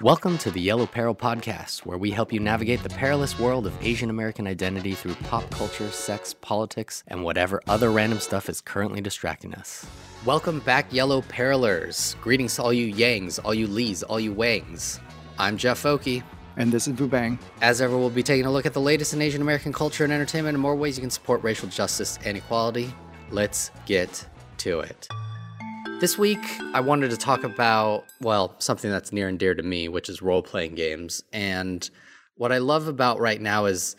Welcome to the Yellow Peril Podcast, where we help you navigate the perilous world of Asian American identity through pop culture, sex, politics, and whatever other random stuff is currently distracting us. Welcome back, Yellow Perilers. Greetings to all you Yangs, all you Lees, all you Wangs. I'm Jeff Oakey. And this is Bubang. As ever, we'll be taking a look at the latest in Asian American culture and entertainment and more ways you can support racial justice and equality. Let's get to it. This week, I wanted to talk about, well, something that's near and dear to me, which is role playing games. And what I love about right now is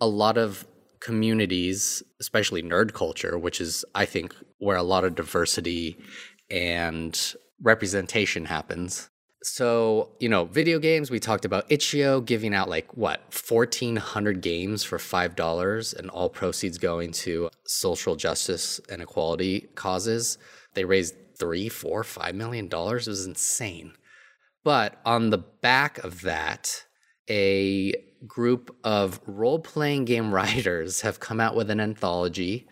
a lot of communities, especially nerd culture, which is, I think, where a lot of diversity and representation happens. So, you know, video games, we talked about Itch.io giving out like what, 1,400 games for $5 and all proceeds going to social justice and equality causes. They raised three, four, five million dollars. It was insane. But on the back of that, a group of role playing game writers have come out with an anthology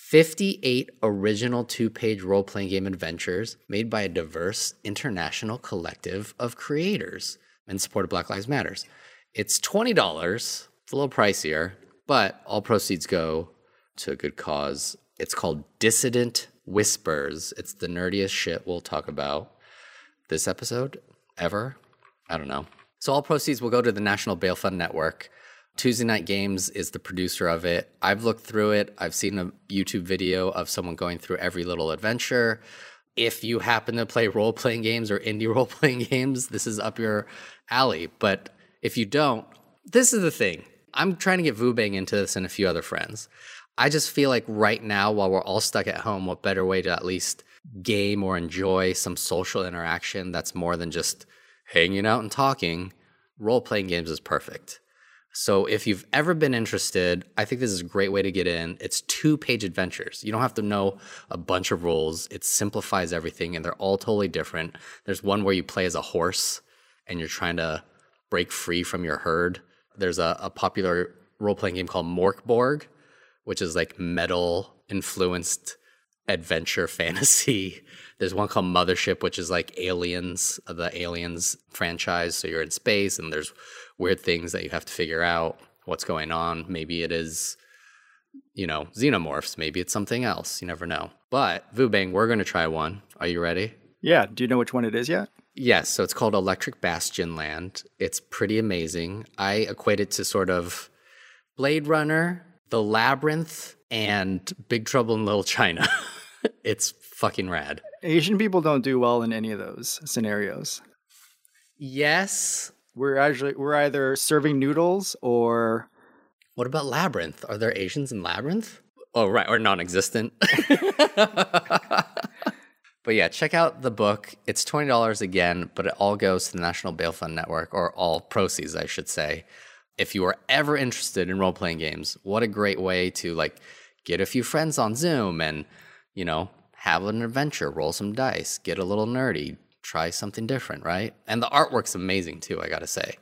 58 original two page role playing game adventures made by a diverse international collective of creators in support of Black Lives Matters. It's $20, it's a little pricier, but all proceeds go to a good cause. It's called Dissident Whispers. It's the nerdiest shit we'll talk about this episode ever. I don't know. So all proceeds will go to the National Bail Fund Network. Tuesday Night Games is the producer of it. I've looked through it. I've seen a YouTube video of someone going through every little adventure. If you happen to play role playing games or indie role playing games, this is up your alley. But if you don't, this is the thing. I'm trying to get Vubang into this and a few other friends. I just feel like right now, while we're all stuck at home, what better way to at least game or enjoy some social interaction that's more than just hanging out and talking? Role playing games is perfect. So if you've ever been interested, I think this is a great way to get in. It's two page adventures. You don't have to know a bunch of rules, it simplifies everything, and they're all totally different. There's one where you play as a horse and you're trying to break free from your herd. There's a, a popular role playing game called Morkborg, which is like metal influenced adventure fantasy. There's one called Mothership, which is like aliens, the aliens franchise. So you're in space and there's weird things that you have to figure out what's going on. Maybe it is, you know, xenomorphs. Maybe it's something else. You never know. But Vubang, we're going to try one. Are you ready? Yeah, do you know which one it is yet? Yes, so it's called Electric Bastion Land. It's pretty amazing. I equate it to sort of Blade Runner, The Labyrinth, and Big Trouble in Little China. it's fucking rad. Asian people don't do well in any of those scenarios. Yes. We're actually we're either serving noodles or What about Labyrinth? Are there Asians in Labyrinth? Oh, right, or non existent. but yeah, check out the book. It's $20 again, but it all goes to the National Bail Fund Network, or all proceeds, I should say. If you are ever interested in role playing games, what a great way to like get a few friends on Zoom and, you know, have an adventure, roll some dice, get a little nerdy, try something different, right? And the artwork's amazing too, I gotta say.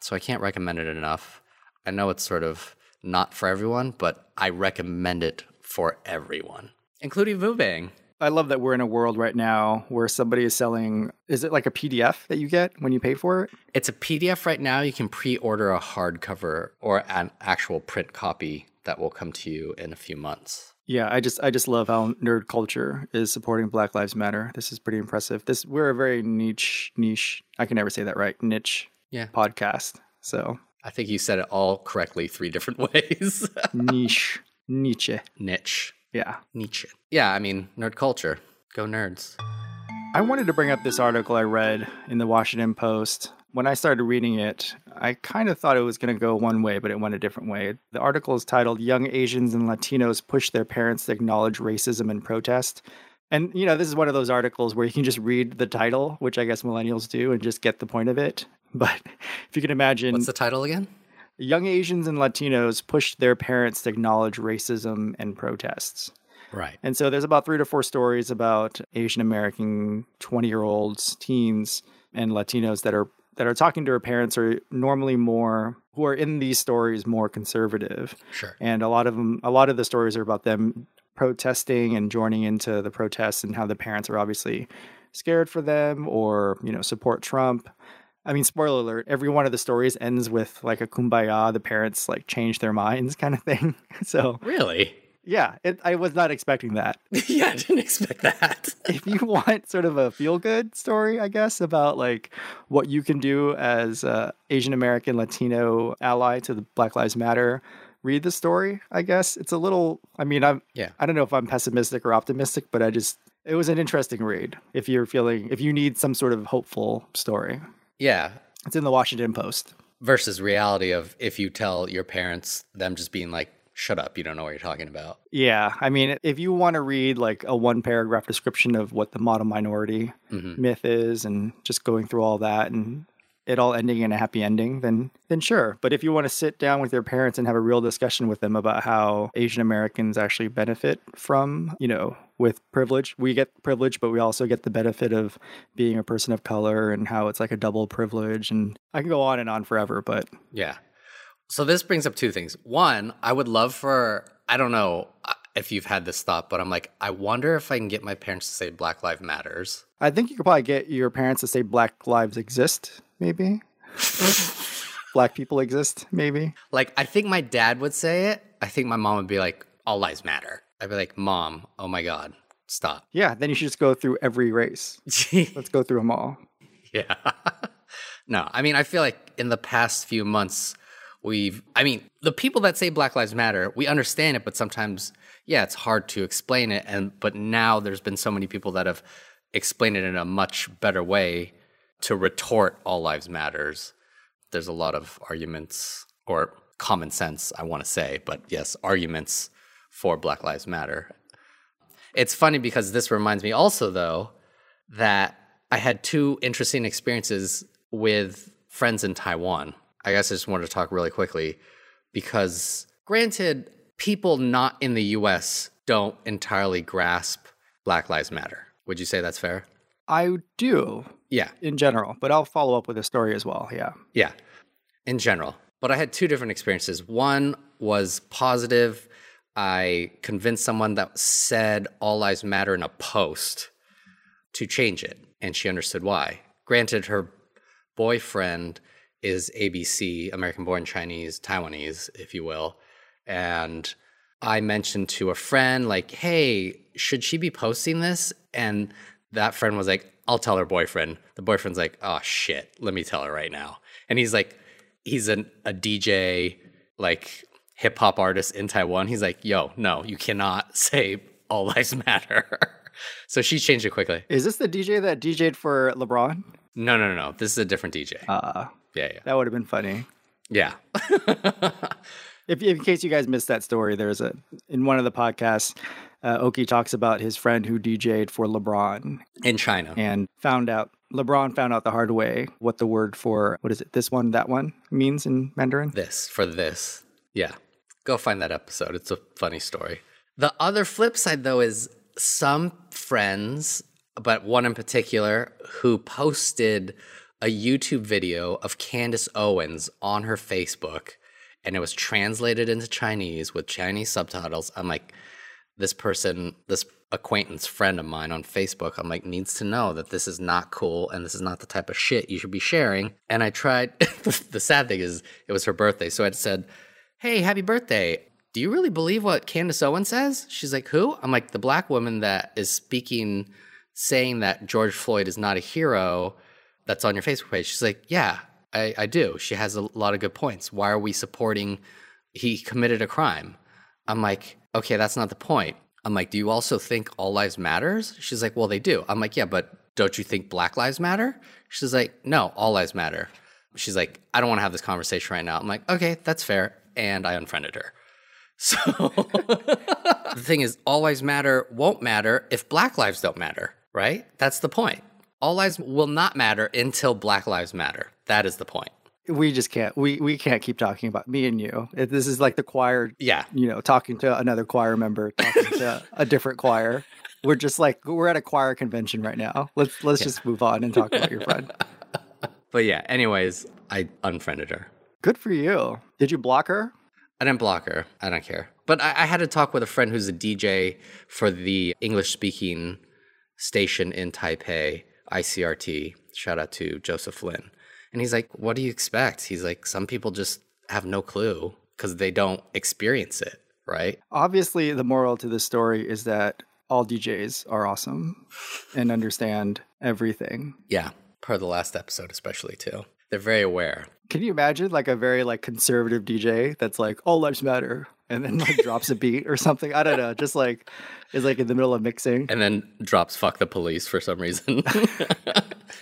So I can't recommend it enough. I know it's sort of not for everyone, but I recommend it for everyone, including Vubang. I love that we're in a world right now where somebody is selling is it like a PDF that you get when you pay for it? It's a PDF right now. You can pre order a hardcover or an actual print copy that will come to you in a few months. Yeah, I just I just love how nerd culture is supporting Black Lives Matter. This is pretty impressive. This we're a very niche niche. I can never say that right. Niche Yeah. podcast. So, I think you said it all correctly three different ways. niche niche. Niche. Yeah. Nietzsche. Yeah, I mean, nerd culture. Go nerds. I wanted to bring up this article I read in the Washington Post. When I started reading it, I kind of thought it was going to go one way, but it went a different way. The article is titled Young Asians and Latinos Push Their Parents to Acknowledge Racism and Protest. And, you know, this is one of those articles where you can just read the title, which I guess millennials do, and just get the point of it. But if you can imagine, What's the title again? young Asians and Latinos push their parents to acknowledge racism and protests. Right. And so there's about three to four stories about Asian American 20 year olds, teens, and Latinos that are that are talking to their parents are normally more who are in these stories more conservative. Sure. And a lot of them a lot of the stories are about them protesting and joining into the protests and how the parents are obviously scared for them or, you know, support Trump. I mean, spoiler alert, every one of the stories ends with like a kumbaya, the parents like change their minds kind of thing. So, Really? yeah, it, I was not expecting that. yeah, I didn't expect that. if you want sort of a feel good story, I guess, about like what you can do as a Asian American Latino ally to the Black Lives Matter, read the story, I guess. It's a little I mean, I'm Yeah. I don't know if I'm pessimistic or optimistic, but I just it was an interesting read if you're feeling if you need some sort of hopeful story. yeah. It's in the Washington Post. Versus reality of if you tell your parents, them just being like, shut up, you don't know what you're talking about. Yeah, I mean, if you want to read like a one paragraph description of what the model minority Mhm. myth is and just going through all that and it all ending in a happy ending, then then sure. But if you want to sit down with your parents and have a real discussion with them about how Asian Americans actually benefit from, you know, with privilege, we get privilege, but we also get the benefit of being a person of color and how it's like a double privilege. And I can go on and on forever, but Yeah. So this brings up two things. One, I would love for, I don't know uh, if you've had this thought, but I'm like, I wonder if I can get my parents to say Black Lives Matters. I think you could probably get your parents to say Black lives exist, maybe. black people exist, maybe. Like, I think my dad would say it. I think my mom would be like, all lives matter. I'd be like, mom, oh my God, stop. Yeah, then you should just go through every race. Let's go through them all. Yeah. no, I mean, I feel like in the past few months, we've, I mean, the people that say Black Lives Matter, we understand it, but sometimes, yeah, it's hard to explain it. And, but now there's been so many people that have explained it in a much better way to retort all lives matters. There's a lot of arguments or common sense, I want to say, but yes, arguments for Black Lives Matter. It's funny because this reminds me also, though, that I had two interesting experiences with friends in Taiwan. I guess I just wanted to talk really quickly because, granted, people not in the US don't entirely grasp Black Lives Matter. Would you say that's fair? I do Yeah, in general, but I'll follow up with a story as well. Yeah. yeah, in general. But I had two different experiences. One was positive. I convinced someone that said All Lives Matter in a post. to change it, and she understood why. Granted, her boyfriend is ABC, American born Chinese, Taiwanese, if you will. And I mentioned to a friend, like, hey, should she be posting this? And that friend was like, I'll tell her boyfriend. The boyfriend's like, oh shit, let me tell her right now. And he's like, he's an, a DJ, like hip hop artist in Taiwan. He's like, yo, no, you cannot say all lives matter. so she changed it quickly. Is this the DJ that DJ'd for LeBron? No, no, no. no. This is a different DJ. Uh, yeah, yeah. that would have been funny. Yeah. If, in case you guys missed that story, there's a in one of the podcasts, uh, Oki talks about his friend who DJ'd for LeBron In China. and found out LeBron found out the hard way what the word for what is it this one that one means in Mandarin. This for this. Yeah. Go find that episode. It's a funny story. The other flip side though is some friends, but one in particular who posted a YouTube video of Candace Owens on her Facebook and it was translated into Chinese with Chinese subtitles. I'm like, this person, this acquaintance friend of mine on Facebook, I'm like, needs to know that this is not cool and this is not the type of shit you should be sharing. And I tried, the sad thing is, it was her birthday. So I said, Hey, happy birthday. Do you really believe what Candace Owens says? She's like, Who? I'm like, The black woman that is speaking, saying that George Floyd is not a hero that's on your Facebook page. She's like, Yeah, I, I do. She has a lot of good points. Why are we supporting he committed a crime? I'm like, okay, that's not the point. I'm like, do you also think all lives matters? She's like, well, they do. I'm like, yeah, but don't you think black lives matter? She's like, no, all lives matter. She's like, I don't want to have this conversation right now. I'm like, okay, that's fair. And I unfriended her. So the thing is, all lives matter won't matter if black lives don't matter, right? That's the point. All lives will not matter until black lives matter. That is the point. We just can't we we can't keep talking about me and you. If This is like the choir Yeah. you know, talking to another choir member, talking to a different choir. We're just like we're at a choir convention right now. Let's let's just move on and talk about your friend. But yeah, anyways, I unfriended her. Good for you. Did you block her? I didn't block her. I don't care. But I, I had a talk with a friend who's a DJ for the English speaking station in Taipei, ICRT. Shout out to Joseph Flynn. And he's like, What do you expect? He's like, Some people just have no clue because they don't experience it, right? Obviously, the moral to the story is that all DJs are awesome and understand everything. Yeah, per the last episode, especially too. They're very aware. Can you imagine like a very like conservative DJ that's like all lives matter and then like drops a beat or something? I don't know. Just like is like in the middle of mixing. And then drops fuck the police for some reason.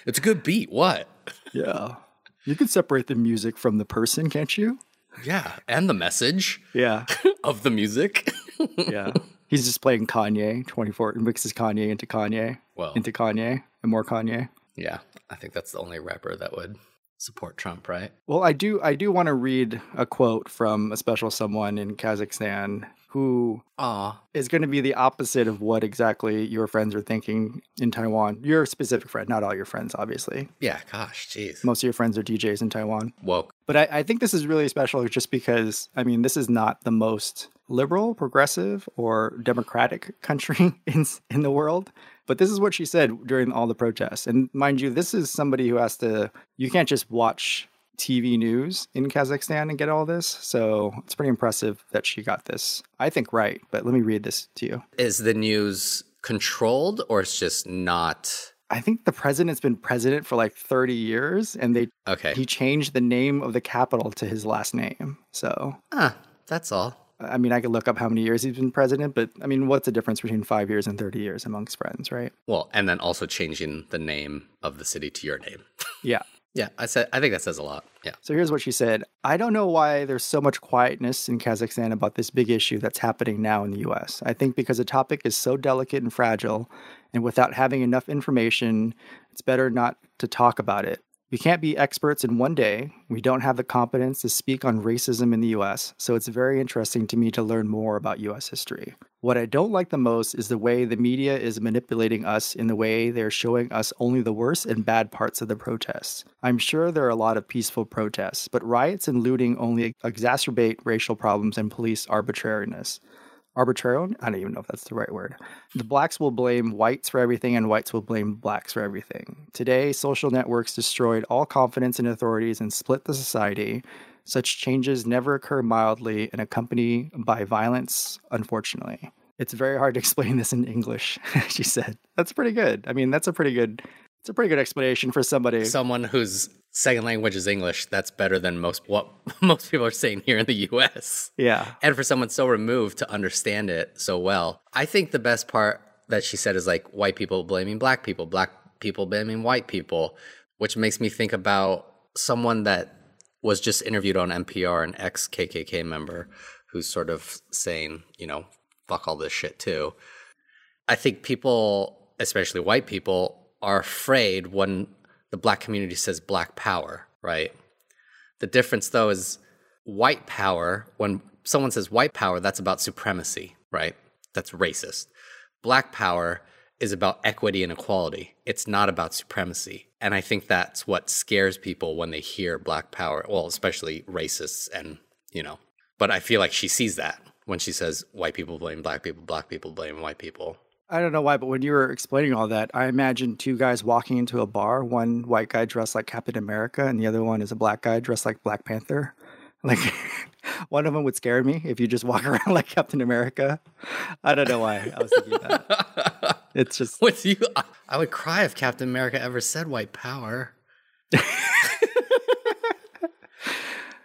it's a good beat. What? Yeah. You can separate the music from the person, can't you? Yeah. And the message Yeah. of the music. Yeah. He's just playing Kanye 24 and mixes Kanye into Kanye, Well, into Kanye and more Kanye. yeah. I think that's the only rapper that would support Trump, right? Well, I do I do want to read a quote from a special someone in Kazakhstan who Aw. is going to be the opposite of what exactly your friends are thinking in Taiwan. Your specific friend, not all your friends, obviously. Yeah. Gosh, jeez. Most of your friends are DJs in Taiwan. Woke. But I, I think this is really special just because, I mean, this is not the most liberal, progressive, or democratic country in, in the world. But this is what she said during all the protests. And mind you, this is somebody who has to, you can't just watch TV news in Kazakhstan and get all this. So it's pretty impressive that she got this, I think, right. But let me read this to you. Is the news controlled or it's just not? I think the president's been president for like 30 years and they Okay. he changed the name of the capital to his last name. So, Ah, that's all. I mean, I could look up how many years he's been president, but I mean, what's the difference between 5 years and 30 years amongst friends, right? Well, and then also changing the name of the city to your name. Yeah. Yeah, I said I think that says a lot. Yeah. So here's what she said. I don't know why there's so much quietness in Kazakhstan about this big issue that's happening now in the US. I think because the topic is so delicate and fragile, and without having enough information, it's better not to talk about it. We can't be experts in one day. We don't have the competence to speak on racism in the US, so it's very interesting to me to learn more about US history. What I don't like the most is the way the media is manipulating us in the way they're showing us only the worst and bad parts of the protests. I'm sure there are a lot of peaceful protests, but riots and looting only exacerbate racial problems and police arbitrariness arbitrary. I don't even know if that's the right word. The blacks will blame whites for everything, and whites will blame blacks for everything. Today, social networks destroyed all confidence in authorities and split the society. Such changes never occur mildly and accompany by violence, unfortunately. It's very hard to explain this in English, she said. That's pretty good. I mean, that's a pretty good it's a pretty good explanation for somebody. Someone whose second language is English, that's better than most what most people are saying here in the US. yeah. And for someone so removed to understand it so well. I think the best part that she said is like white people blaming black people, black people blaming white people, which makes me think about someone that was just interviewed on NPR, an ex KKK member who's sort of saying, you know, fuck all this shit too. I think people, especially white people, are afraid when the black community says black power, right? The difference though is white power, when someone says white power, that's about supremacy, right? That's racist. Black power is about equity and equality. It's not about supremacy. And I think that's what scares people when they hear black power, well, especially racists and, you know, but I feel like she sees that when she says white people blame black people, black people blame white people. I don't know why, but when you were explaining all that, I imagined two guys walking into a bar, one white guy dressed like Captain America, and the other one is a black guy dressed like Black Panther. Like, one of them would scare me if you just walk around like Captain America. I don't know why I was thinking that. It's just, What do you? I- I would cry if Captain America ever said white power.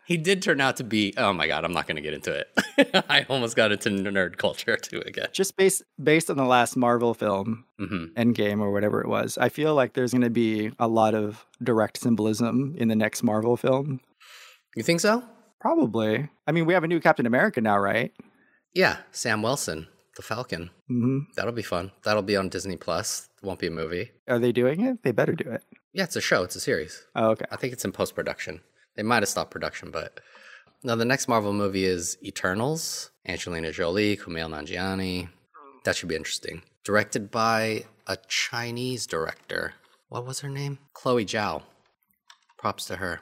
he did turn out to be. Oh my god, I'm not going to get into it. I almost got into nerd culture too again. just based based on the last Marvel film, hmm Endgame or whatever it was. I feel like there's going to be a lot of direct symbolism in the next Marvel film. You think so? Probably. I mean, we have a new Captain America now, right? Yeah, Sam Wilson, the Falcon. hmm That'll be fun. That'll be on Disney Plus. It won't be a movie. Are they doing it? They better do it. Yeah, it's a show. It's a series. Oh, okay. I think it's in post production. They might have stopped production, but now the next Marvel movie is Eternals. Angelina Jolie, Kumail Nanjiani. That should be interesting. Directed by a Chinese director. What was her name? Chloe Zhao. Props to her.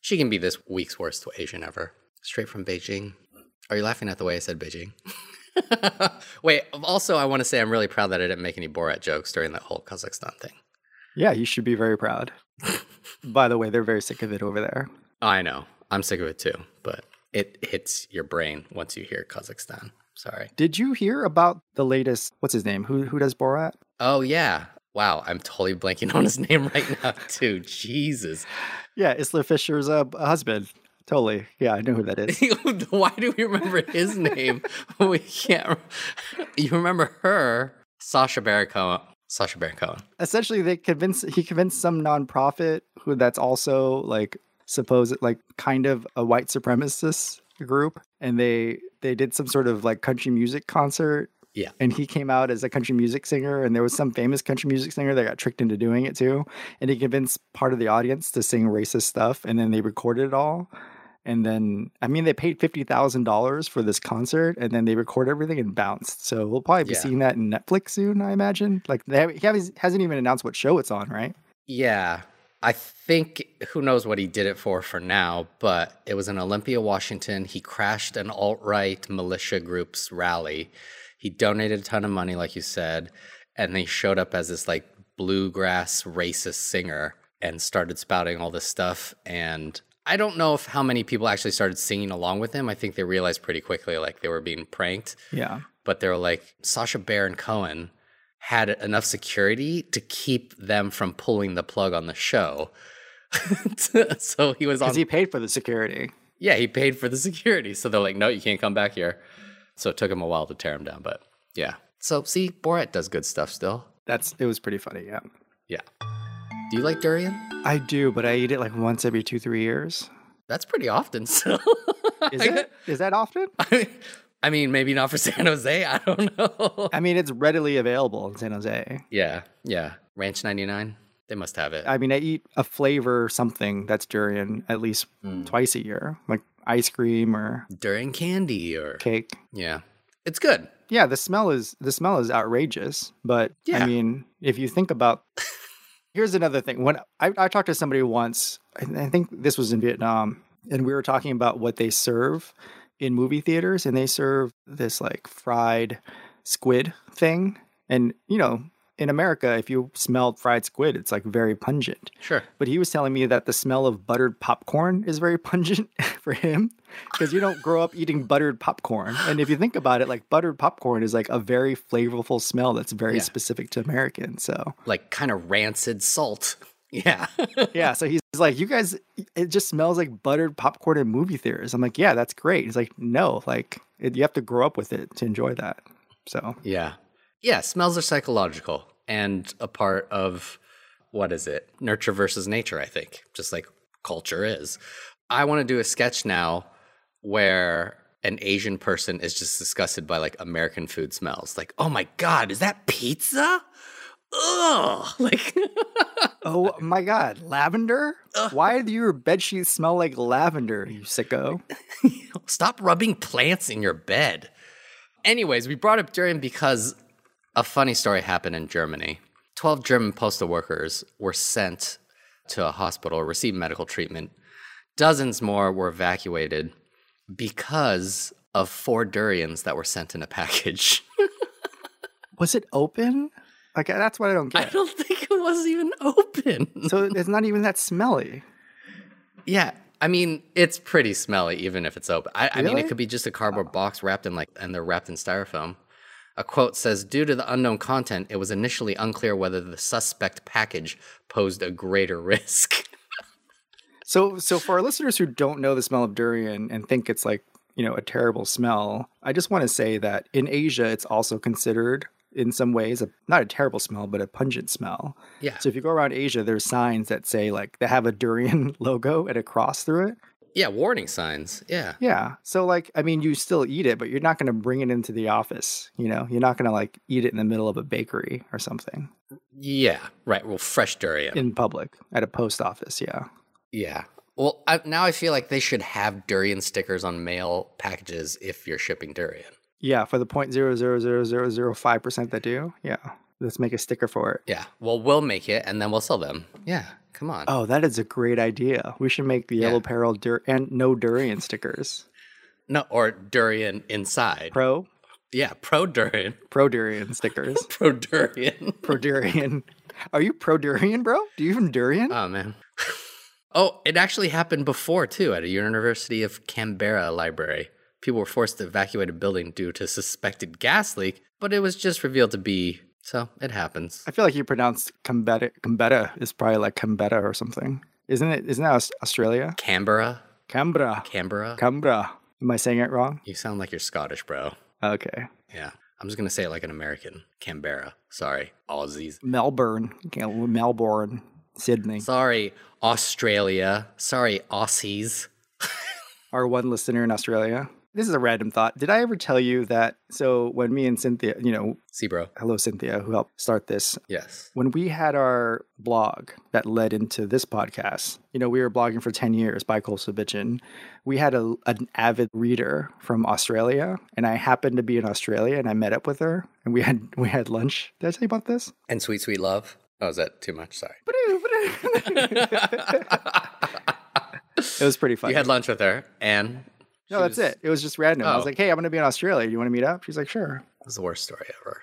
She can be this week's worst Asian ever. Straight from Beijing. Are you laughing at the way I said Beijing? Wait, also, I want to say I'm really proud that I didn't make any Borat jokes during that whole Kazakhstan thing. Yeah, you should be very proud. By the way, they're very sick of it over there. I know. I'm sick of it too, but it hits your brain once you hear Kazakhstan. Sorry. Did you hear about the latest? What's his name? Who who does Borat? Oh, yeah. Wow. I'm totally blanking on his name right now, too. Jesus. Yeah, Isla Fisher's uh, husband. Totally. Yeah, I know who that is. Why do we remember his name? when we can't. rem- You remember her, Sasha Baron Cohen. Sasha Baron Cohen. Essentially, they convinced he convinced some nonprofit who that's also like supposed like kind of a white supremacist group, and they they did some sort of like country music concert. Yeah. and he came out as a country music singer, and there was some famous country music singer that got tricked into doing it too, and he convinced part of the audience to sing racist stuff, and then they recorded it all. And then, I mean, they paid fifty thousand dollars for this concert, and then they record everything and bounced. So we'll probably be Yeah. seeing that in Netflix soon, I imagine. Like they haven't, he hasn't hasn't even announced what show it's on, right? Yeah. I think who knows what he did it for for now, but it was in Olympia, Washington. He crashed an alt right militia group's rally. He donated a ton of money, like you said, and they showed up as this like bluegrass racist singer and started spouting all this stuff. And I don't know if how many people actually started singing along with him. I think they realized pretty quickly like they were being pranked Yeah, but they were like Sasha Baron Cohen had enough security to keep them from pulling the plug on the show. so he was on. because he paid for the security. yeah, he paid for the security. So they're like, no, you can't come back here. So it took him a while to tear him down, but yeah. So see, Borat does good stuff still. That's it was pretty funny. Yeah, Yeah. Do you like durian? I do, but I eat it like once every two three years. That's pretty often. So Is it? Is that often? I mean, maybe not for San Jose. I don't know. I mean, it's readily available in San Jose. Yeah, yeah. Ranch ninety nine. They must have it. I mean, I eat a flavor something that's durian at least twice a year, like ice cream or Durian candy or cake. Yeah. It's good. Yeah, the smell is the smell is outrageous, but Yeah. I mean, if you think about Here's another thing. When I, I talked to somebody once, I I think this was in Vietnam, and we were talking about what they serve in movie theaters, and they serve this like fried squid thing. And, you know, in America, if you smelled fried squid, it's like very pungent. Sure. but he was telling me that the smell of buttered popcorn is very pungent for him because you don't grow up eating buttered popcorn. And if you think about it, like buttered popcorn is like a very flavorful smell that's very Yeah. specific to Americans. So, Like kind of rancid salt. Yeah. yeah, so he's he's like, you guys, it just smells like buttered popcorn in movie theaters. I'm like, yeah, that's great. He's like, no, like it, you have to grow up with it to enjoy that. So, yeah. Yeah. Smells are psychological and a part of what is it? Nurture versus nature, I think, just like culture is. I want to do a sketch now where an Asian person is just disgusted by like American food smells. Like, oh my God, is that pizza? Ugh. Like, oh my God, lavender? Why do your bed sheets smell like lavender, you sicko? Stop rubbing plants in your bed. Anyways, we brought up durian because a funny story happened in Germany. 12 German postal workers were sent to a hospital, received medical treatment. Dozens more were evacuated because of four durians that were sent in a package. Was it open? Like, that's what I don't I get. don't think it was even open. So it's not even that smelly. Yeah. I mean, it's pretty smelly, even if it's open. I, I mean, it Really? Oh. could be just a cardboard box wrapped in like, and they're wrapped in styrofoam. A quote says, "Due to the unknown content, it was initially unclear whether the suspect package posed a greater risk." So so for our listeners who don't know the smell of durian and think it's like, you know, a terrible smell, I just want to say that in Asia it's also considered in some ways a, not a terrible smell but a pungent smell. Yeah. So if you go around Asia there's signs that say like they have a durian logo and a cross through it. yeah, warning signs. Yeah, Yeah. So like I mean you still eat it but you're not going to bring it into the office, you know. You're not going to like eat it in the middle of a bakery or something yeah, right. Well, fresh durian. in public at a post office, yeah. yeah. Well, I, now I feel like they should have durian stickers on mail packages if you're shipping durian. Yeah, for the point zero zero zero zero zero five percent that do. Yeah, let's make a sticker for it. Yeah. Well, we'll make it and then we'll sell them. Yeah. Come on. Oh, that is a great idea. We should make the Yeah. yellow peril dur- and no durian stickers. No, or durian inside. Pro Yeah, pro durian. pro durian stickers. Pro durian. pro durian. Are you pro durian, bro? Do you even durian? Oh man. Oh, it actually happened before too at a University of Canberra library. People were forced to evacuate a building due to suspected gas leak, but it was just revealed to be so it happens. I feel like you pronounced Cambetta. Cambetta is probably like Cambetta or something. Isn't it? Isn't that Aus- Australia? Canberra, Canberra. Canberra. Canberra. Am I saying it wrong? You sound like you're Scottish, bro. Okay. Yeah. I'm just going to say it like an American. Canberra. Sorry. Aussies. Melbourne. Okay, Melbourne. Sydney. Sorry, Australia. Sorry, Aussies. Our one listener in Australia. This is a random thought. Did I ever tell you that? So when me and Cynthia, you know, See, bro. hello Cynthia, who helped start this, Yes. when we had our blog that led into this podcast, you know, we were blogging for 10 years by Coastal Bitchin. We had a, an avid reader from Australia, and I happened to be in Australia and I met up with her and we had we had lunch. Did I tell you about this? And sweet, sweet love. Oh, is that too much? Sorry. It was pretty fun. You had lunch with her, and no, that's it. It was just random. I was Oh. like, hey, I'm going to be in Australia. Do you want to meet up? She's like, sure. it was the worst story ever.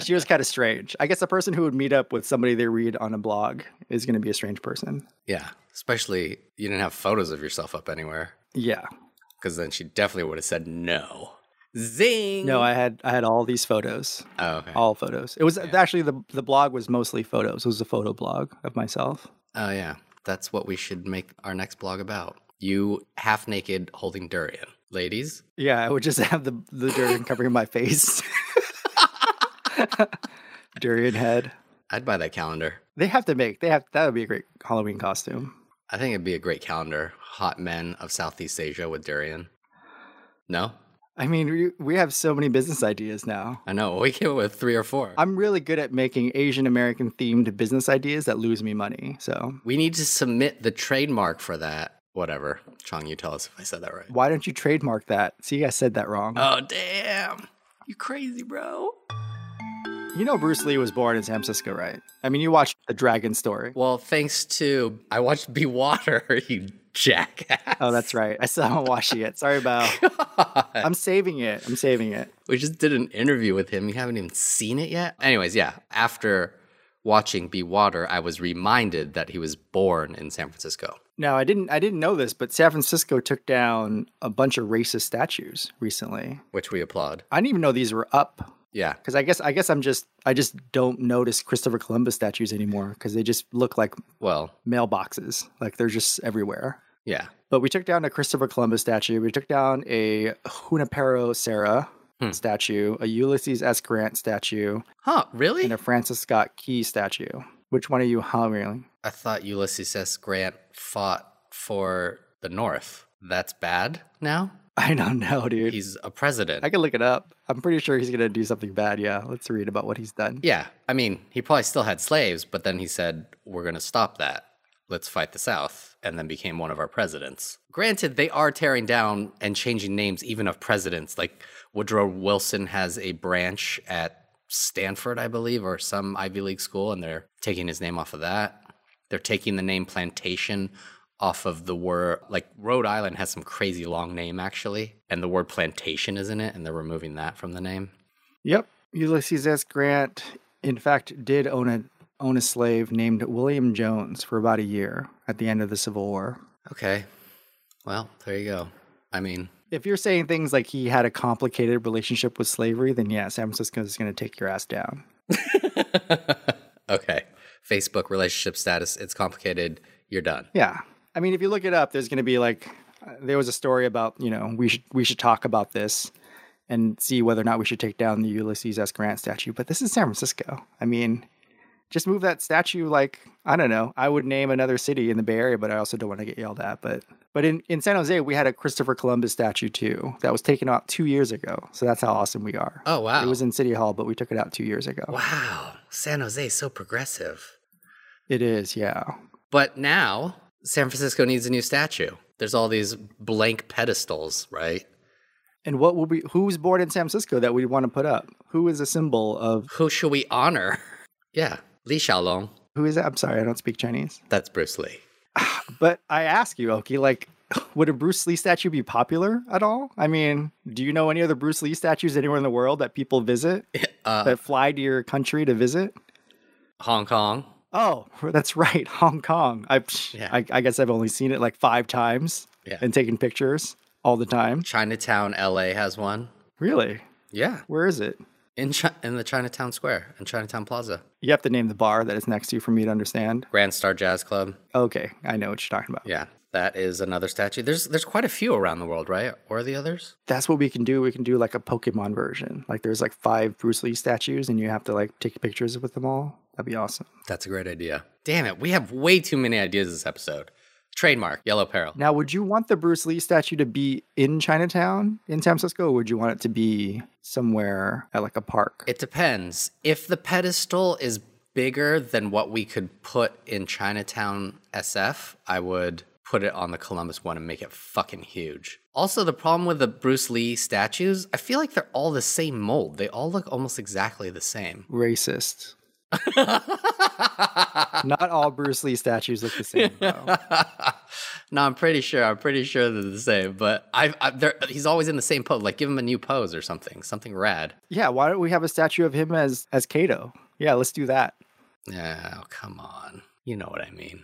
She was kind of strange. I guess a person who would meet up with somebody they read on a blog is going to be a strange person. Yeah. Especially you didn't have photos of yourself up anywhere Yeah. because then she definitely would have said no. Zing. No, I had I had all these photos. Oh, okay. all photos. It was actually the the blog was mostly photos. It was a photo blog of myself. Oh, yeah. That's what we should make our next blog about. You half naked holding durian. Ladies, Yeah, I would just have the the durian covering my face. durian head. I'd buy that calendar. They have to make. They have that would be a great Halloween costume. I think it'd be a great calendar. Hot men of Southeast Asia with durian. No? I mean, we, we have so many business ideas now. I know. We came up with three or four. I'm really good at making Asian American themed business ideas that lose me money. So, we need to submit the trademark for that. Whatever. Chong, you tell us if I said that right. why don't you trademark that? See, I said that wrong. Oh, damn. You crazy, bro. you know, Bruce Lee was born in San Francisco, right? I mean, you watched The Dragon Story. Well, thanks to I watched Be Water, you jackass. Oh, that's right. I still haven't watched it yet. Sorry, Bao. I'm saving it. I'm saving it. We just did an interview with him. You haven't even seen it yet? Anyways, yeah. After watching Be Water, I was reminded that he was born in San Francisco. Now, I didn't. I didn't know this, but San Francisco took down a bunch of racist statues recently. which we applaud. I didn't even know these were up Yeah. because I guess I guess I'm just I just don't notice Christopher Columbus statues anymore because they just look like Well, mailboxes. Like they're just everywhere. yeah. But we took down a Christopher Columbus statue. We took down a Junipero Serra statue, a Ulysses S. Grant statue, Huh, really? and a Francis Scott Key statue. Which one are you hollering? I thought Ulysses S. Grant fought for the North. That's bad now? I don't know, dude. He's a president. I can look it up. I'm pretty sure he's gonna do something bad. Yeah, let's read about what he's done. yeah. I mean, he probably still had slaves, but then he said, we're going to stop that. Let's fight the South, and then became one of our presidents. Granted, they are tearing down and changing names even of presidents. Like Woodrow Wilson has a branch at Stanford, I believe, or some Ivy League school, and they're taking his name off of that. They're taking the name plantation off of the word, like Rhode Island has some crazy long name actually, and the word plantation is in it, and they're removing that from the name. Yep. Ulysses S. Grant, in fact, did own a own a slave named William Jones for about a year at the end of the Civil War. Okay. Well, there you go. I mean, If you're saying things like he had a complicated relationship with slavery, then yeah, San Francisco is gonna take your ass down. okay. Facebook relationship status, it's complicated. You're done. Yeah. I mean, if you look it up, there's going to be like, uh, there was a story about, you know, we should, we should talk about this and see whether or not we should take down the Ulysses S. Grant statue. But this is San Francisco. I mean, just move that statue. Like, I don't know. I would name another city in the Bay Area, but I also don't want to get yelled at. But, but in, in San Jose, we had a Christopher Columbus statue too that was taken out two years ago. So that's how awesome we are. Oh, wow. It was in City Hall, but we took it out two years ago. wow. San Jose is so progressive. It is, yeah. But now San Francisco needs a new statue. There's all these blank pedestals, right? And what will be who's born in San Francisco that we want to put up? Who is a symbol of Who should we honor? Yeah, Li Xiaolong. who is that? I'm sorry, I don't speak Chinese. That's Bruce Lee. But I ask you, Oki, like would a Bruce Lee statue be popular at all? I mean, do you know any other Bruce Lee statues anywhere in the world that people visit? Uh, that fly to your country to visit? Hong Kong. Oh, that's right, Hong Kong. I, Yeah. I, I guess I've only seen it like five times Yeah. and taken pictures all the time. Chinatown, LA has one. Really? Yeah, Where is it? in Chi- in the Chinatown Square and Chinatown Plaza, You have to name the bar that is next to you for me to understand. Grand Star Jazz Club. Okay, I know what you're talking about. Yeah, that is another statue. There's there's quite a few around the world, right? Or the others? That's what we can do. We can do like a Pokemon version. Like there's like five Bruce Lee statues and you have to like take pictures with them all. That'd be awesome. That's a great idea. Damn it, we have way too many ideas this episode. Trademark Yellow Peril. Now, would you want the Bruce Lee statue to be in Chinatown in San Francisco? Or would you want it to be somewhere at like a park? It depends. If the pedestal is bigger than what we could put in Chinatown SF, I would put it on the Columbus one and make it fucking huge. Also, the problem with the Bruce Lee statues, I feel like they're all the same mold. They all look almost exactly the same. Racist. Not all Bruce Lee statues look the same, though. no, I'm pretty sure. I'm pretty sure they're the same, but I, I they're, he's always in the same pose. Like, give him a new pose or something, something rad. Yeah, why don't we have a statue of him as as Kato? Yeah, let's do that. Oh, come on. You know what I mean.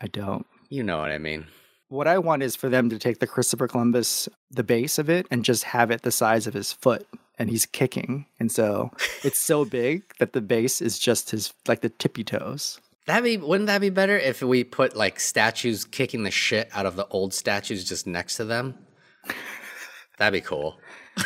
I don't. You know what I mean. What I want is for them to take the Christopher Columbus, the base of it, and just have it the size of his foot, and he's kicking, and so it's so big that the base is just his like the tippy toes. That be wouldn't that be better if we put like statues kicking the shit out of the old statues just next to them? That'd be cool.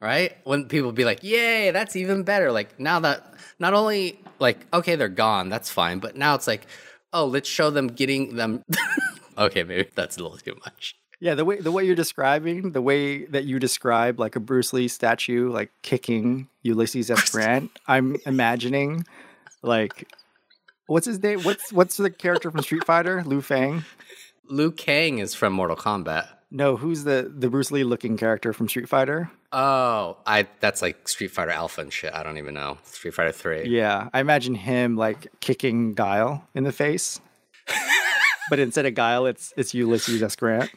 right? Wouldn't people be like, "Yay, that's even better." Like now that not only like okay, they're gone, that's fine, but now it's like, "Oh, let's show them getting them Okay, maybe that's a little too much. Yeah, the way the way you're describing, the way that you describe like a Bruce Lee statue like kicking Ulysses S. Grant, I'm imagining like what's his name? What's what's the character from Street Fighter? Liu Fang? Liu Kang is from Mortal Kombat. No, who's the the Bruce Lee looking character from Street Fighter? Oh, I that's like Street Fighter Alpha and shit. I don't even know. Street Fighter 3. Yeah, I imagine him like kicking Guile in the face. but instead of Guile, it's it's Ulysses S. Grant.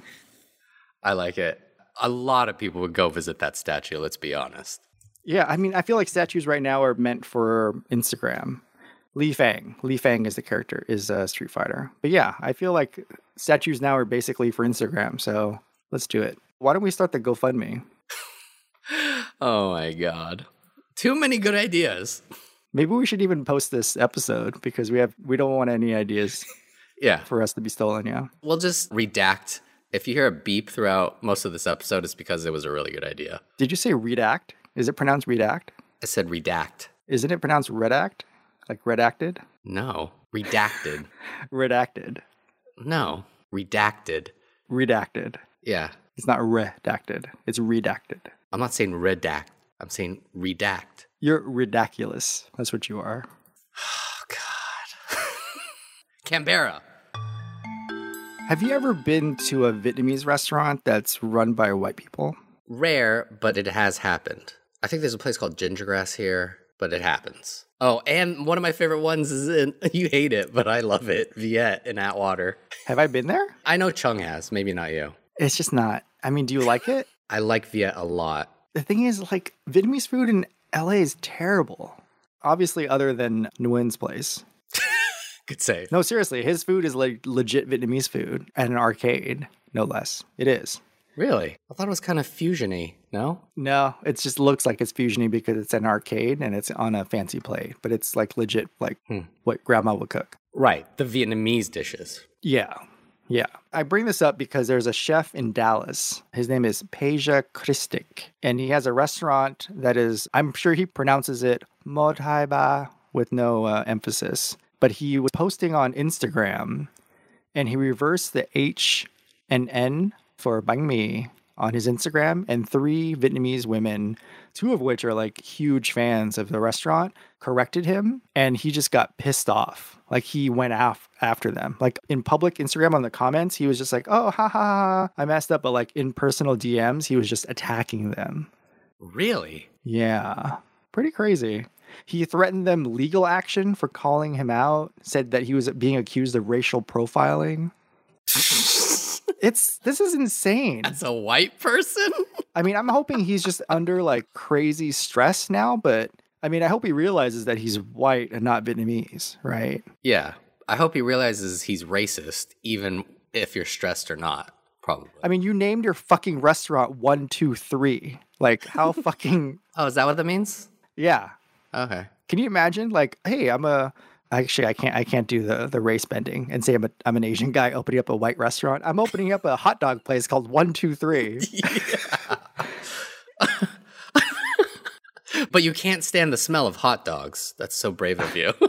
I like it. A lot of people would go visit that statue, let's be honest. Yeah, I mean, I feel like statues right now are meant for Instagram. Li Fang, Li Fang is the character, is uh, Street Fighter. But yeah, I feel like statues now are basically for Instagram. So let's do it. Why don't we start the GoFundMe? Oh my God. Too many good ideas. Maybe we should even post this episode because we have we don't want any ideas Yeah. for us to be stolen. Yeah, We'll just redact. If you hear a beep throughout most of this episode, it's because it was a really good idea. did you say redact? Is it pronounced redact? I said redact. Isn't it pronounced redact? Like redacted, No. Redacted. redacted, no. Redacted. redacted. Yeah. It's not redacted. It's redacted. I'm not saying redact. I'm saying redact. You're ridiculous. That's what you are. Oh God. Canberra. Have you ever been to a Vietnamese restaurant that's run by white people? rare, but it has happened. I think there's a place called Gingergrass here, but it happens. Oh, and one of my favorite ones is in you hate it, but I love it. Viet in Atwater. Have I been there? I know Chung has, maybe not you. It's just not. I mean, do you like it? I like Viet a lot. The thing is, like, Vietnamese food in LA is terrible. Obviously, other than Nguyen's place. Good save. No, seriously, his food is like legit Vietnamese food at an arcade, no less. It is. Really? I thought it was kind of fusiony. No? No, it just looks like it's fusiony because it's an arcade and it's on a fancy plate, but it's like legit, like what grandma would cook. Right. The Vietnamese dishes. Yeah. Yeah. I bring this up because there's a chef in Dallas. His name is Peja Kristik, and he has a restaurant that is, I'm sure he pronounces it Modhaiba with no uh, emphasis, but he was posting on Instagram and he reversed the H and N for banh mi on his Instagram. And three Vietnamese women, two of which are like huge fans of the restaurant, corrected him. And he just got pissed off. Like he went af- after them. Like in public Instagram on the comments, he was just like, oh, ha ha, ha, I messed up. But like in personal DMs, he was just attacking them. Really? Yeah, pretty crazy. He threatened them legal action for calling him out, said that he was being accused of racial profiling. It's this is insane. That's a white person? I mean, I'm hoping he's just under like crazy stress now, but I mean, I hope he realizes that he's white and not Vietnamese, right? Yeah. I hope he realizes he's racist, even if you're stressed or not, probably. I mean, you named your fucking restaurant one, two, three. Like, how fucking Oh, is that what that means? yeah? Okay. Can you imagine? Like, hey, I'm a actually I can't I can't do the the race bending and say I'm a, I'm an Asian guy opening up a white restaurant. I'm opening up a hot dog place called One Two Three. But you can't stand the smell of hot dogs. That's so brave of you.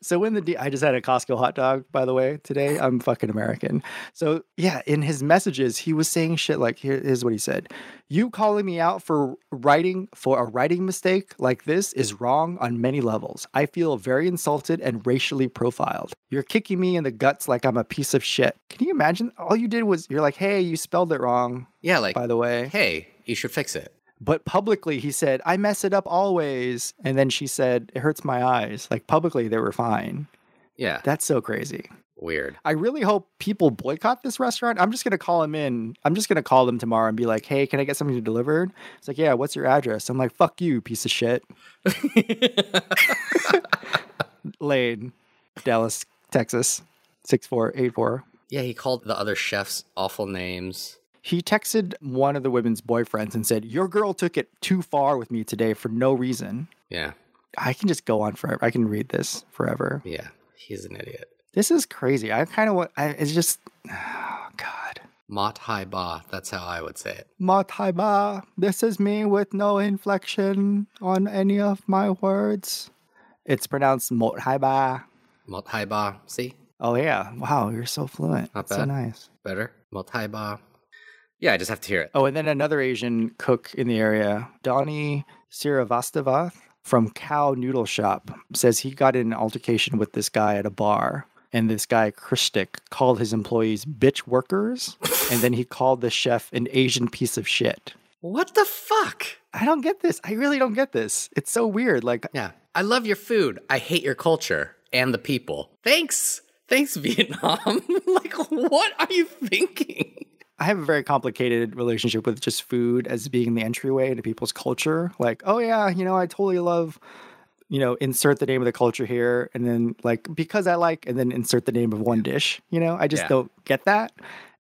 So in the D- I just had a Costco hot dog by the way today. I'm fucking American. So yeah, in his messages he was saying shit like here is what he said. You calling me out for writing for a writing mistake like this is wrong on many levels. I feel very insulted and racially profiled. You're kicking me in the guts like I'm a piece of shit. Can you imagine? All you did was you're like, "Hey, you spelled it wrong." yeah, like, By the way, hey, you should fix it. but publicly he said, "I mess it up always." And then she said, "It hurts my eyes." Like publicly they were fine. Yeah. That's so crazy. Weird. I really hope people boycott this restaurant. I'm just gonna call him in. I'm just gonna call them tomorrow and be like, "Hey, can I get something delivered?" It's like, "Yeah, what's your address?" I'm like, "Fuck you, piece of shit." Lane, Dallas, Texas, six four eight four. Yeah, he called the other chefs awful names. He texted one of the women's boyfriends and said, "Your girl took it too far with me today for no reason." Yeah. I can just go on forever. I can read this forever. Yeah. He's an idiot. This is crazy. I kind of want. I, it's just, oh God. Mot hai ba. That's how I would say it. Mataiba, this is me with no inflection on any of my words. It's pronounced Motaiba. Mot hai ba. See? Oh yeah. Wow, you're so fluent. Not That's so bad. nice. Better? Mot hai ba. Yeah, I just have to hear it. Oh, and then another Asian cook in the area, Donnie Sirivastavath from Cow Noodle Shop, says he got in an altercation with this guy at a bar. And this guy, Kristik, called his employees bitch workers. and then he called the chef an Asian piece of shit. What the fuck? I don't get this. I really don't get this. It's so weird. Like, Yeah. I love your food. I hate your culture and the people. Thanks. Thanks, Vietnam. like, what are you thinking? I have a very complicated relationship with just food as being the entryway into people's culture. Like, oh yeah, you know, I totally love, you know, insert the name of the culture here, and then like because I like, and then insert the name of one dish. You know, I just Yeah. don't get that.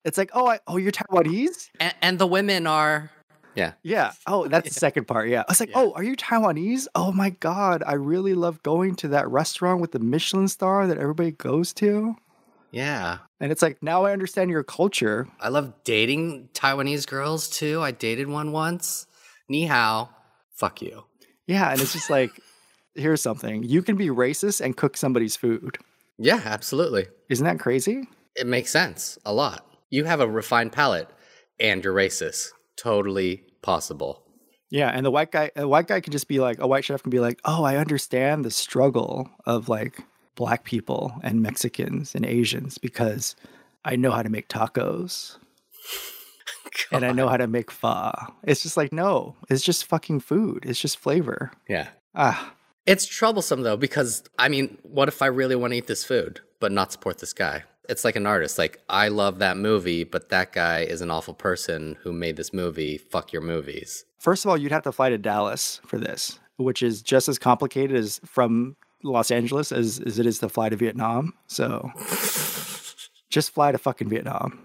It's like, oh, I, oh, you're Taiwanese? And, and the women are. Yeah. Yeah. Oh, that's the second part. Yeah. I was like, oh, are you Taiwanese? Oh my god, I really love going to that restaurant with the Michelin star that everybody goes to. Yeah. And it's like now I understand your culture. I love dating Taiwanese girls too. I dated one once. Ni hao. Fuck you. Yeah, and it's just like, here's something. You can be racist and cook somebody's food. Yeah, absolutely. Isn't that crazy? It makes sense a lot. You have a refined palate and you're racist. Totally possible. Yeah, and the white guy a white guy can just be like a white chef can be like, "Oh, I understand the struggle of like black people and Mexicans and Asians because I know how to make tacos and I know how to make pho." It's just like, "No, it's just fucking food. It's just flavor." Yeah. Ah, It's troublesome though, because I mean, what if I really want to eat this food but not support this guy? It's like an artist. Like, I love that movie, but that guy is an awful person who made this movie. Fuck your movies. First of all, you'd have to fly to Dallas for this, which is just as complicated as from Los Angeles as, as it is to fly to Vietnam. So just fly to fucking Vietnam.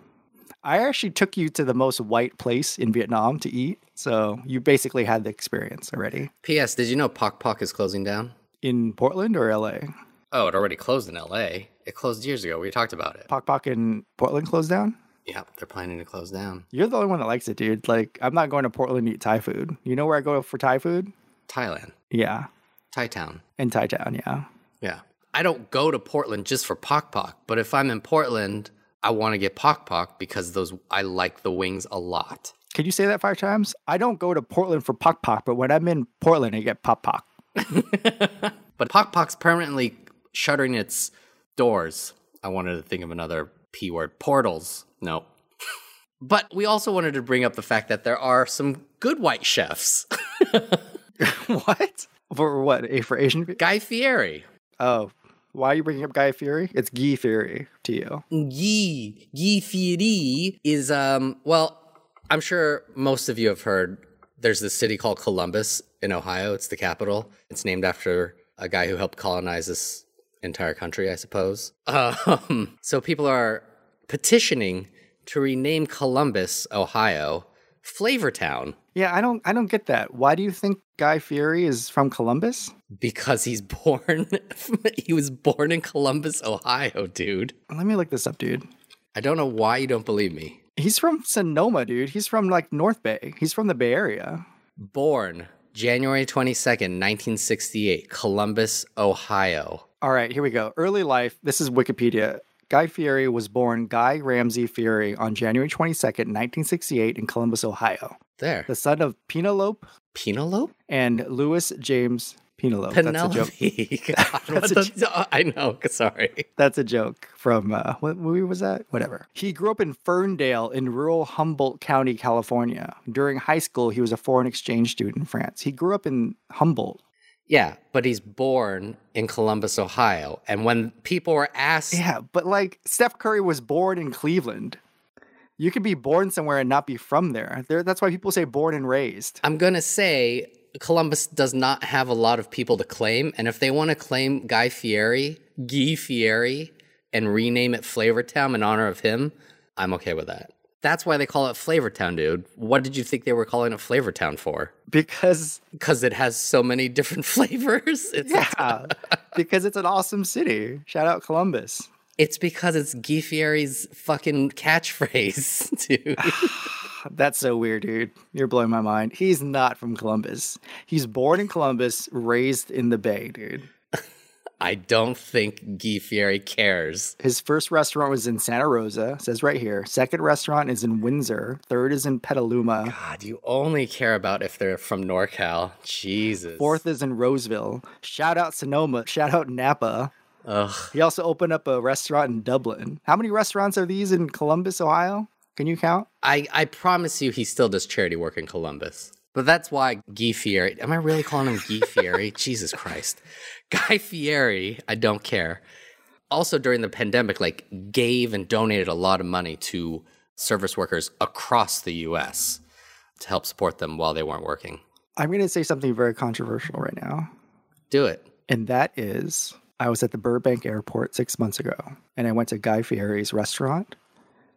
I actually took you to the most white place in Vietnam to eat. So you basically had the experience already P.S. Did you know Pock Pock is closing down? in Portland or LA? Oh, it already closed in LA. It closed years ago. We talked about it. Pock Pock in Portland closed down? Yeah, they're planning to close down. You're the only one that likes it, dude. Like, I'm not going to Portland to eat Thai food. You know where I go for Thai food? Thailand, Yeah. Thai Town. In Thai town, yeah. Yeah. I don't go to Portland just for Pock Pock, but if I'm in Portland, I want to get Pock Pock because those I like the wings a lot. Can you say that five times? I don't go to Portland for Pock Pock, but when I'm in Portland, I get Pop Pock. But Pock Pock's permanently shuttering its doors. I wanted to think of another P word portals. No. But we also wanted to bring up the fact that there are some good white chefs. what? For what? A for Asian? pe- Guy Fieri, Oh, why are you bringing up Guy Fury? It's Guy Fury to you. Guy Guy Fieri is um well, I'm sure most of you have heard There's this city called Columbus in Ohio. It's the capital. It's named after a guy who helped colonize this entire country, I suppose. Um, so people are petitioning to rename Columbus, Ohio, Flavortown Yeah, I don't I don't get that. Why do you think Guy Fieri is from Columbus? because he's born. he was born in Columbus, Ohio, dude. Let me look this up, dude. I don't know why you don't believe me. He's from Sonoma, dude. He's from like North Bay. He's from the Bay Area. Born January 22nd, 1968, Columbus, Ohio. All right, here we go. Early life. This is Wikipedia. Guy Fieri was born Guy Ramsey Fieri on January 22nd, 1968 in Columbus, Ohio. There. The son of Penelope Penelope? and Louis James Penelope. Oh, That's a joke. Penelope. God, what That's a the- I know. Sorry. That's a joke from uh, what movie was that? Whatever. He grew up in Ferndale in rural Humboldt County, California. During high school, he was a foreign exchange student in France. He grew up in Humboldt. Yeah, but he's born in Columbus, Ohio. And when people were asked, Yeah, but like Steph Curry was born in Cleveland. You could be born somewhere and not be from there. there that's why people say born and raised. I'm going to say Columbus does not have a lot of people to claim. And if they want to claim Guy Fieri, Guy Fieri, and rename it Flavortown in honor of him, I'm okay with that. That's why they call it Flavortown, dude. What did you think they were calling it Flavortown for? Because Because it has so many different flavors. It's yeah, because it's an awesome city. Shout out Columbus. It's because it's Guy Fieri's fucking catchphrase, dude. That's so weird, dude. You're blowing my mind. He's not from Columbus. He's born in Columbus, raised in the Bay, dude. I don't think Guy Fieri cares. His first restaurant was in Santa Rosa, says right here. Second restaurant is in Windsor. Third is in Petaluma. God, you only care about if they're from NorCal. Jesus. Fourth is in Roseville. Shout out Sonoma. Shout out Napa. Ugh. He also opened up a restaurant in Dublin. How many restaurants are these in Columbus, Ohio? Can you count? I, I promise you he still does charity work in Columbus. But that's why Guy Fieri, am I really calling him Guy Fieri? Jesus Christ. Guy Fieri, I don't care. Also during the pandemic, like gave and donated a lot of money to service workers across the US to help support them while they weren't working. I'm going to say something very controversial right now. Do it. And that is, I was at the Burbank airport six months ago and I went to Guy Fieri's restaurant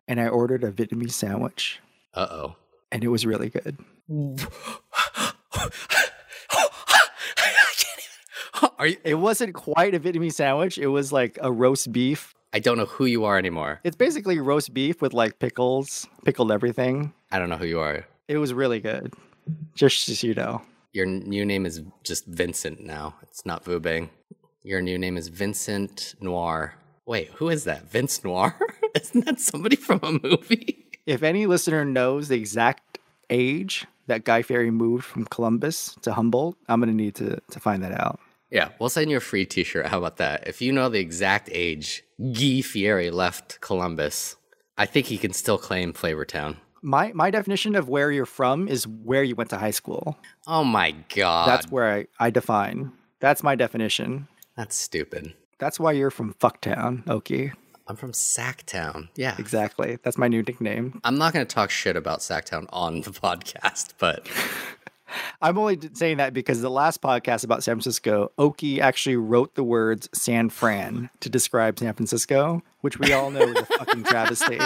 and I ordered a Vietnamese sandwich Uh oh. and it was really good. Are you It wasn't quite a Vietnamese sandwich, it was like a roast beef. I don't know who you are anymore. It's basically roast beef with like pickles, pickled everything. I don't know who you are. It was really good. Just so you know. Your new name is just Vincent now. It's not Vubang. Your new name is Vincent Noir. Wait, who is that? Vince Noir? Isn't that somebody from a movie? If any listener knows the exact age that Guy Fieri moved from Columbus to Humboldt, I'm going to need to, to find that out. Yeah, we'll send you a free t shirt. How about that? If you know the exact age Guy Fieri left Columbus, I think he can still claim Flavortown. My, my definition of where you're from is where you went to high school. Oh my God. That's where I, I define. That's my definition. That's stupid. That's why you're from Fucktown, Okie. I'm from Sacktown. Yeah. Exactly. That's my new nickname. I'm not going to talk shit about Sacktown on the podcast, but I'm only d- saying that because the last podcast about San Francisco, Okie actually wrote the words San Fran to describe San Francisco, which we all know is a fucking travesty.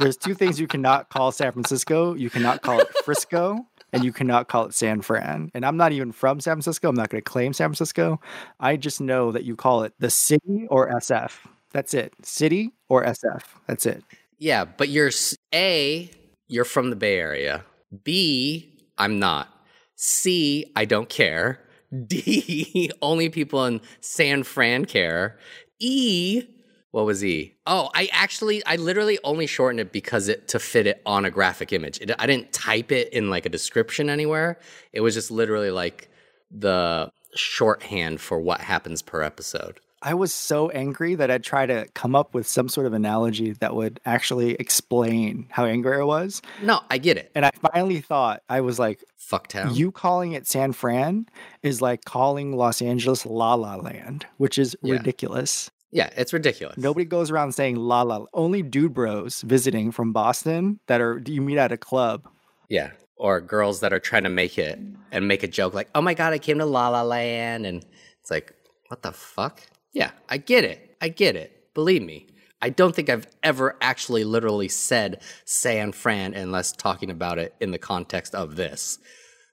There's two things you cannot call San Francisco. You cannot call it Frisco, and you cannot call it San Fran. And I'm not even from San Francisco. I'm not going to claim San Francisco. I just know that you call it the city or SF. That's it. City or SF. That's it. Yeah, but you're s- A, you're from the Bay Area. B, I'm not. C, I don't care. D, only people in San Fran care. E, what was E? Oh, I actually, I literally only shortened it because it to fit it on a graphic image. It, I didn't type it in like a description anywhere. It was just literally like the shorthand for what happens per episode. I was so angry that I'd try to come up with some sort of analogy that would actually explain how angry I was. No, I get it. And I finally thought, I was like, Fuck town. you calling it San Fran is like calling Los Angeles La La Land, which is Yeah. ridiculous. yeah, it's ridiculous. Nobody goes around saying La La. Only dude bros visiting from Boston that are, you meet at a club. Yeah. or girls that are trying to make it and make a joke like, "Oh my god, I came to La La Land," and it's like, "What the fuck?" Yeah, I get it. I get it. Believe me. I don't think I've ever actually literally said San Fran unless talking about it in the context of this.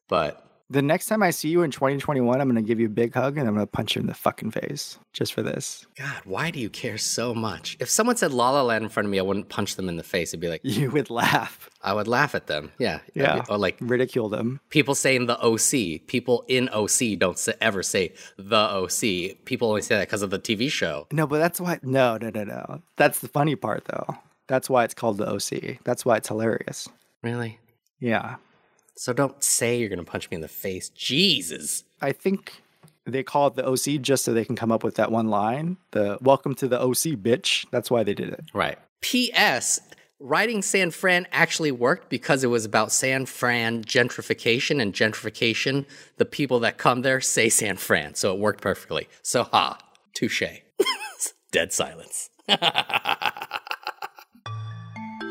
But The next time I see you in 2021, I'm going to give you a big hug and I'm going to punch you in the fucking face just for this. God, why do you care so much? If someone said La La Land in front of me, I wouldn't punch them in the face. It'd be like, You would laugh, I would laugh at them. Yeah. I'd be- Yeah. Or like ridicule them. people saying the OC. People in OC don't s ever say the OC. People only say that because of the TV show. No, but that's why. No, no, no, no. That's the funny part, though. That's why it's called the OC. That's why it's hilarious. Really? Yeah. So don't say you're going to punch me in the face. Jesus. I think they call it the OC just so they can come up with that one line the welcome to the OC, bitch. That's why they did it. Right. P.S. Writing San Fran actually worked because it was about San Fran gentrification and gentrification. The people that come there say San Fran, so it worked perfectly. So ha, touche. Dead silence.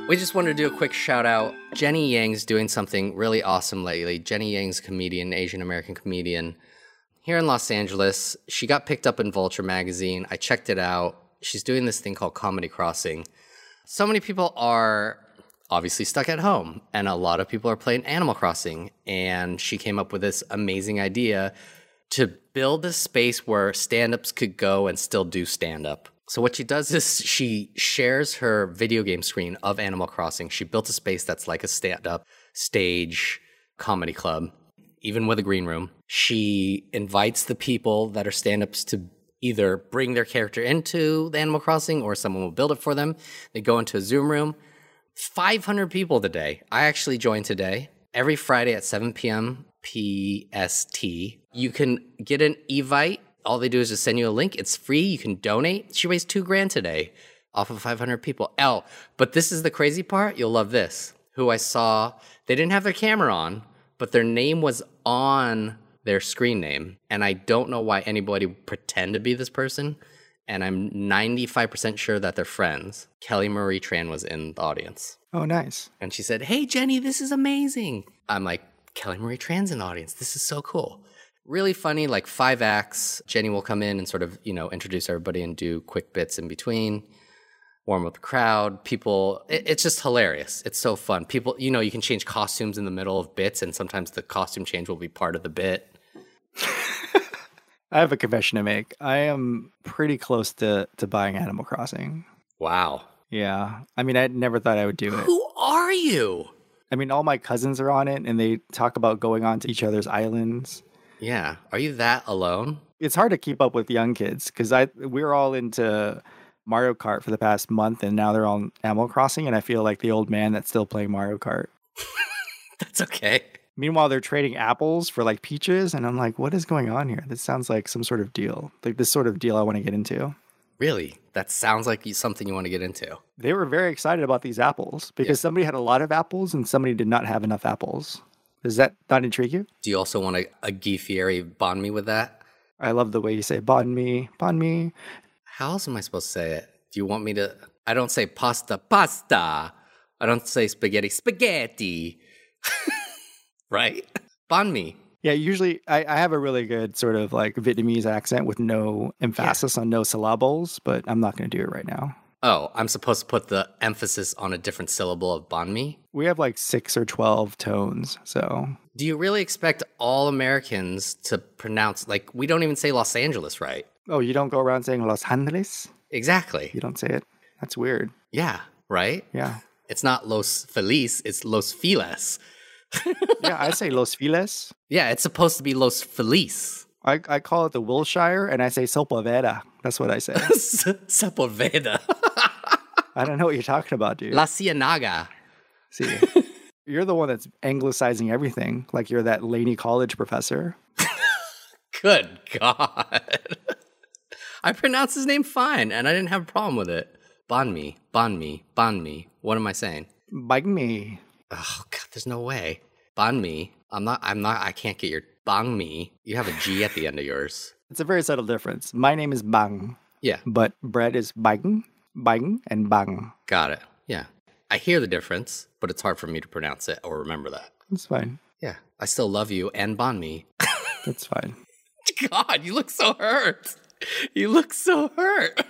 We just wanted to do a quick shout out. Jenny Yang's doing something really awesome lately. Jenny Yang's a comedian, Asian American comedian here in Los Angeles. She got picked up in Vulture magazine. I checked it out. She's doing this thing called Comedy Crossing. So many people are obviously stuck at home, and a lot of people are playing Animal Crossing. And she came up with this amazing idea to build a space where stand ups could go and still do stand up. So, what she does is she shares her video game screen of Animal Crossing. She built a space that's like a stand up stage comedy club even with a green room. She invites the people that are stand ups to either bring their character into the Animal Crossing or someone will build it for them. They go into a Zoom room. 500 people today. I actually joined today. Every Friday at 7 p.m. PST, you can get an Evite. All they do is just send you a link. It's free. You can donate. She raised two grand today off of 500 people. L. But this is the crazy part. You'll love this. Who I saw, they didn't have their camera on, but their name was on their screen name. And I don't know why anybody would pretend to be this person. And I'm 95% sure that they're friends. Kelly Marie Tran was in the audience. Oh, nice. And she said, Hey, Jenny, this is amazing. I'm like, Kelly Marie Tran's in the audience. This is so cool. Really funny, like five acts. Jenny will come in and sort of, you know, introduce everybody and do quick bits in between, warm up the crowd. People, it- it's just hilarious. It's so fun. People, you know, you can change costumes in the middle of bits, and sometimes the costume change will be part of the bit. I have a confession to make. I am pretty close to, to buying Animal Crossing. Wow. Yeah. I mean, I never thought I would do it. Who are you? I mean, all my cousins are on it and they talk about going on to each other's islands. Yeah. Are you that alone? It's hard to keep up with young kids because I we're all into Mario Kart for the past month and now they're on Animal Crossing and I feel like the old man that's still playing Mario Kart. That's okay. Meanwhile, they're trading apples for like peaches and I'm like, what is going on here? This sounds like some sort of deal. Like this sort of deal I want to get into. Really? That sounds like you- something you want to get into. They were very excited about these apples because somebody had a lot of apples and somebody did not have enough apples. Does that not intrigue you? Do you also want a, a Guy Fieri bond me with that? I love the way you say bon me, bon me. How else am I supposed to say it? Do you want me to? I don't say pasta, pasta. I don't say spaghetti, spaghetti. right? Bond me. Yeah, usually I, I have a really good sort of like Vietnamese accent with no emphasis on no syllables, but I'm not going to do it right now. Oh, I'm supposed to put the emphasis on a different syllable of bond me? We have like six or 12 tones. So Do you really expect all Americans to pronounce, like, we don't even say Los Angeles right? Oh, you don't go around saying Los Angeles? Exactly. You don't say it? That's weird. Yeah, right? Yeah. It's not Los Feliz, it's Los Feliz. Yeah, I say Los Feliz. Yeah, it's supposed to be Los Feliz. I, I call it the Wilshire and I say Sepulveda. That's what I say. Sepulveda. I don't know what you're talking about, dude. La Cienega. See, you're the one that's anglicizing everything. Like you're that Laney College professor. Good God. I pronounced his name fine and I didn't have a problem with it. Bon me, bon me, bon me. What am I saying? Bite me. Oh God, there's no way. Bon me. I'm not, I'm not, I can't get your bong me. You have a G at the end of yours. It's a very subtle difference. My name is Bang. Yeah, but bread is bang, bang, and bang. got it. Yeah. I hear the difference, but it's hard for me to pronounce it or remember that. That's fine. Yeah. I still love you and bond me. That's fine. God, you look so hurt. You look so hurt.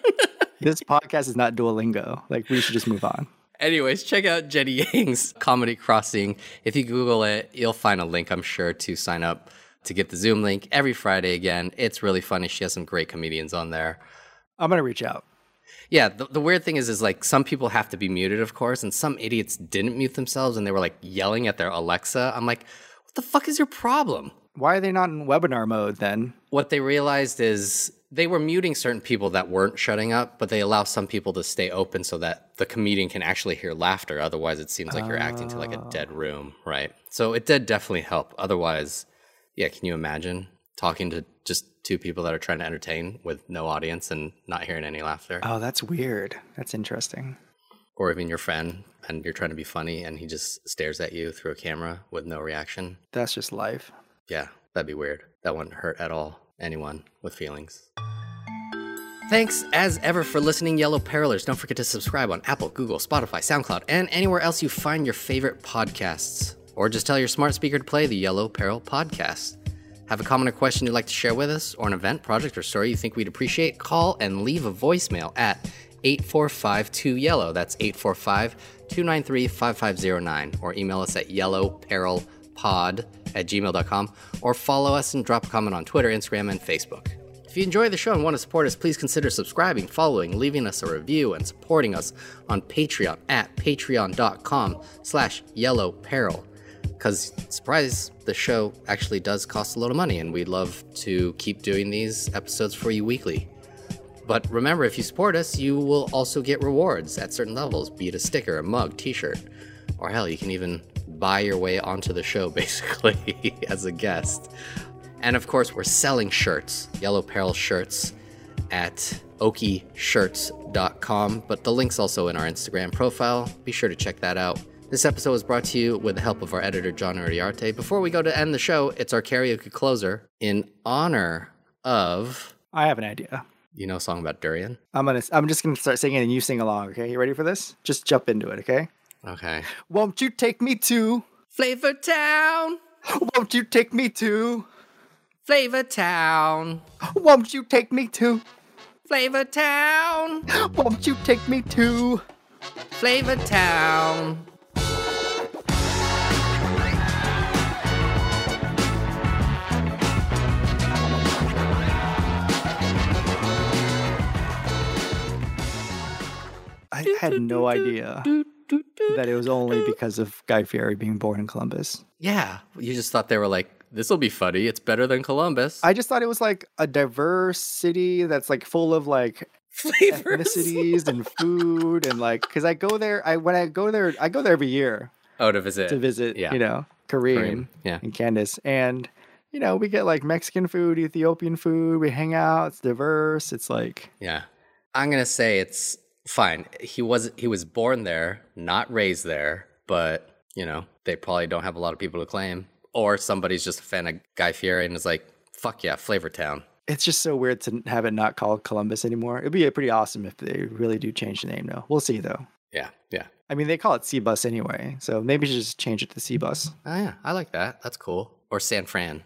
This podcast is not Duolingo. Like, we should just move on. Anyways, check out Jenny Yang's Comedy Crossing. If you Google it, you'll find a link, I'm sure, to sign up to get the Zoom link every Friday again. It's really funny. She has some great comedians on there. I'm going to reach out. Yeah, the, the weird thing is, is like some people have to be muted, of course, and some idiots didn't mute themselves and they were like yelling at their Alexa. I'm like, what the fuck is your problem? Why are they not in webinar mode then? What they realized is they were muting certain people that weren't shutting up, but they allow some people to stay open so that the comedian can actually hear laughter. Otherwise, it seems like you're acting to like a dead room, right? So it did definitely help. Otherwise, yeah, can you imagine talking to just two people that are trying to entertain with no audience and not hearing any laughter? Oh, that's weird. That's interesting. or even your friend and you're trying to be funny and he just stares at you through a camera with no reaction. That's just life. Yeah, that'd be weird. That wouldn't hurt at all anyone with feelings. Thanks as ever for listening, Yellow Perilers. Don't forget to subscribe on Apple, Google, Spotify, SoundCloud, and anywhere else you find your favorite podcasts. Or just tell your smart speaker to play the Yellow Peril podcast. Have a comment or question you'd like to share with us, or an event, project, or story you think we'd appreciate? Call and leave a voicemail at 8452 Yellow. That's 845 293 5509. Or email us at yellowperilpod at gmail.com. Or follow us and drop a comment on Twitter, Instagram, and Facebook. If you enjoy the show and want to support us, please consider subscribing, following, leaving us a review, and supporting us on Patreon at patreon.com slash yellow peril. Because, surprise, the show actually does cost a lot of money, and we'd love to keep doing these episodes for you weekly. But remember, if you support us, you will also get rewards at certain levels, be it a sticker, a mug, t-shirt, or hell, you can even buy your way onto the show basically as a guest. And of course, we're selling shirts, yellow peril shirts at okishirts.com, but the link's also in our Instagram profile. Be sure to check that out. This episode was brought to you with the help of our editor, John Uriarte. Before we go to end the show, it's our karaoke closer in honor of. I have an idea. You know a song about durian? I'm gonna. I'm just gonna start singing, and you sing along. Okay, you ready for this? Just jump into it. Okay. Okay. Won't you take me to? Flavor Town, Won't you take me to? Flavor Town, Won't you take me to? Flavor Town, Won't you take me to? Flavor Town. I had no idea that it was only because of Guy Fieri being born in Columbus. Yeah, you just thought they were like, this will be funny. It's better than Columbus. I just thought it was like a diverse city that's like full of like Flavors. ethnicities and food and like because I go there. I when I go there, I go there every year Oh, to visit. to visit. Yeah. You know, Kareem, Kareem, yeah. and Candace, and you know we get like Mexican food, Ethiopian food. We hang out. It's diverse. It's like Yeah. I'm gonna say it's fine. He was he was born there, not raised there, but you know, they probably don't have a lot of people to claim. Or somebody's just a fan of Guy Fieri and is like, fuck yeah, Flavor Town. it's just so weird to have it not called Columbus anymore. It'd be uh, pretty awesome if they really do change the name though. We'll see though. Yeah, yeah. I mean, they call it C Bus anyway, so maybe just change it to C Bus. Oh yeah, I like that. That's cool. Or San Fran.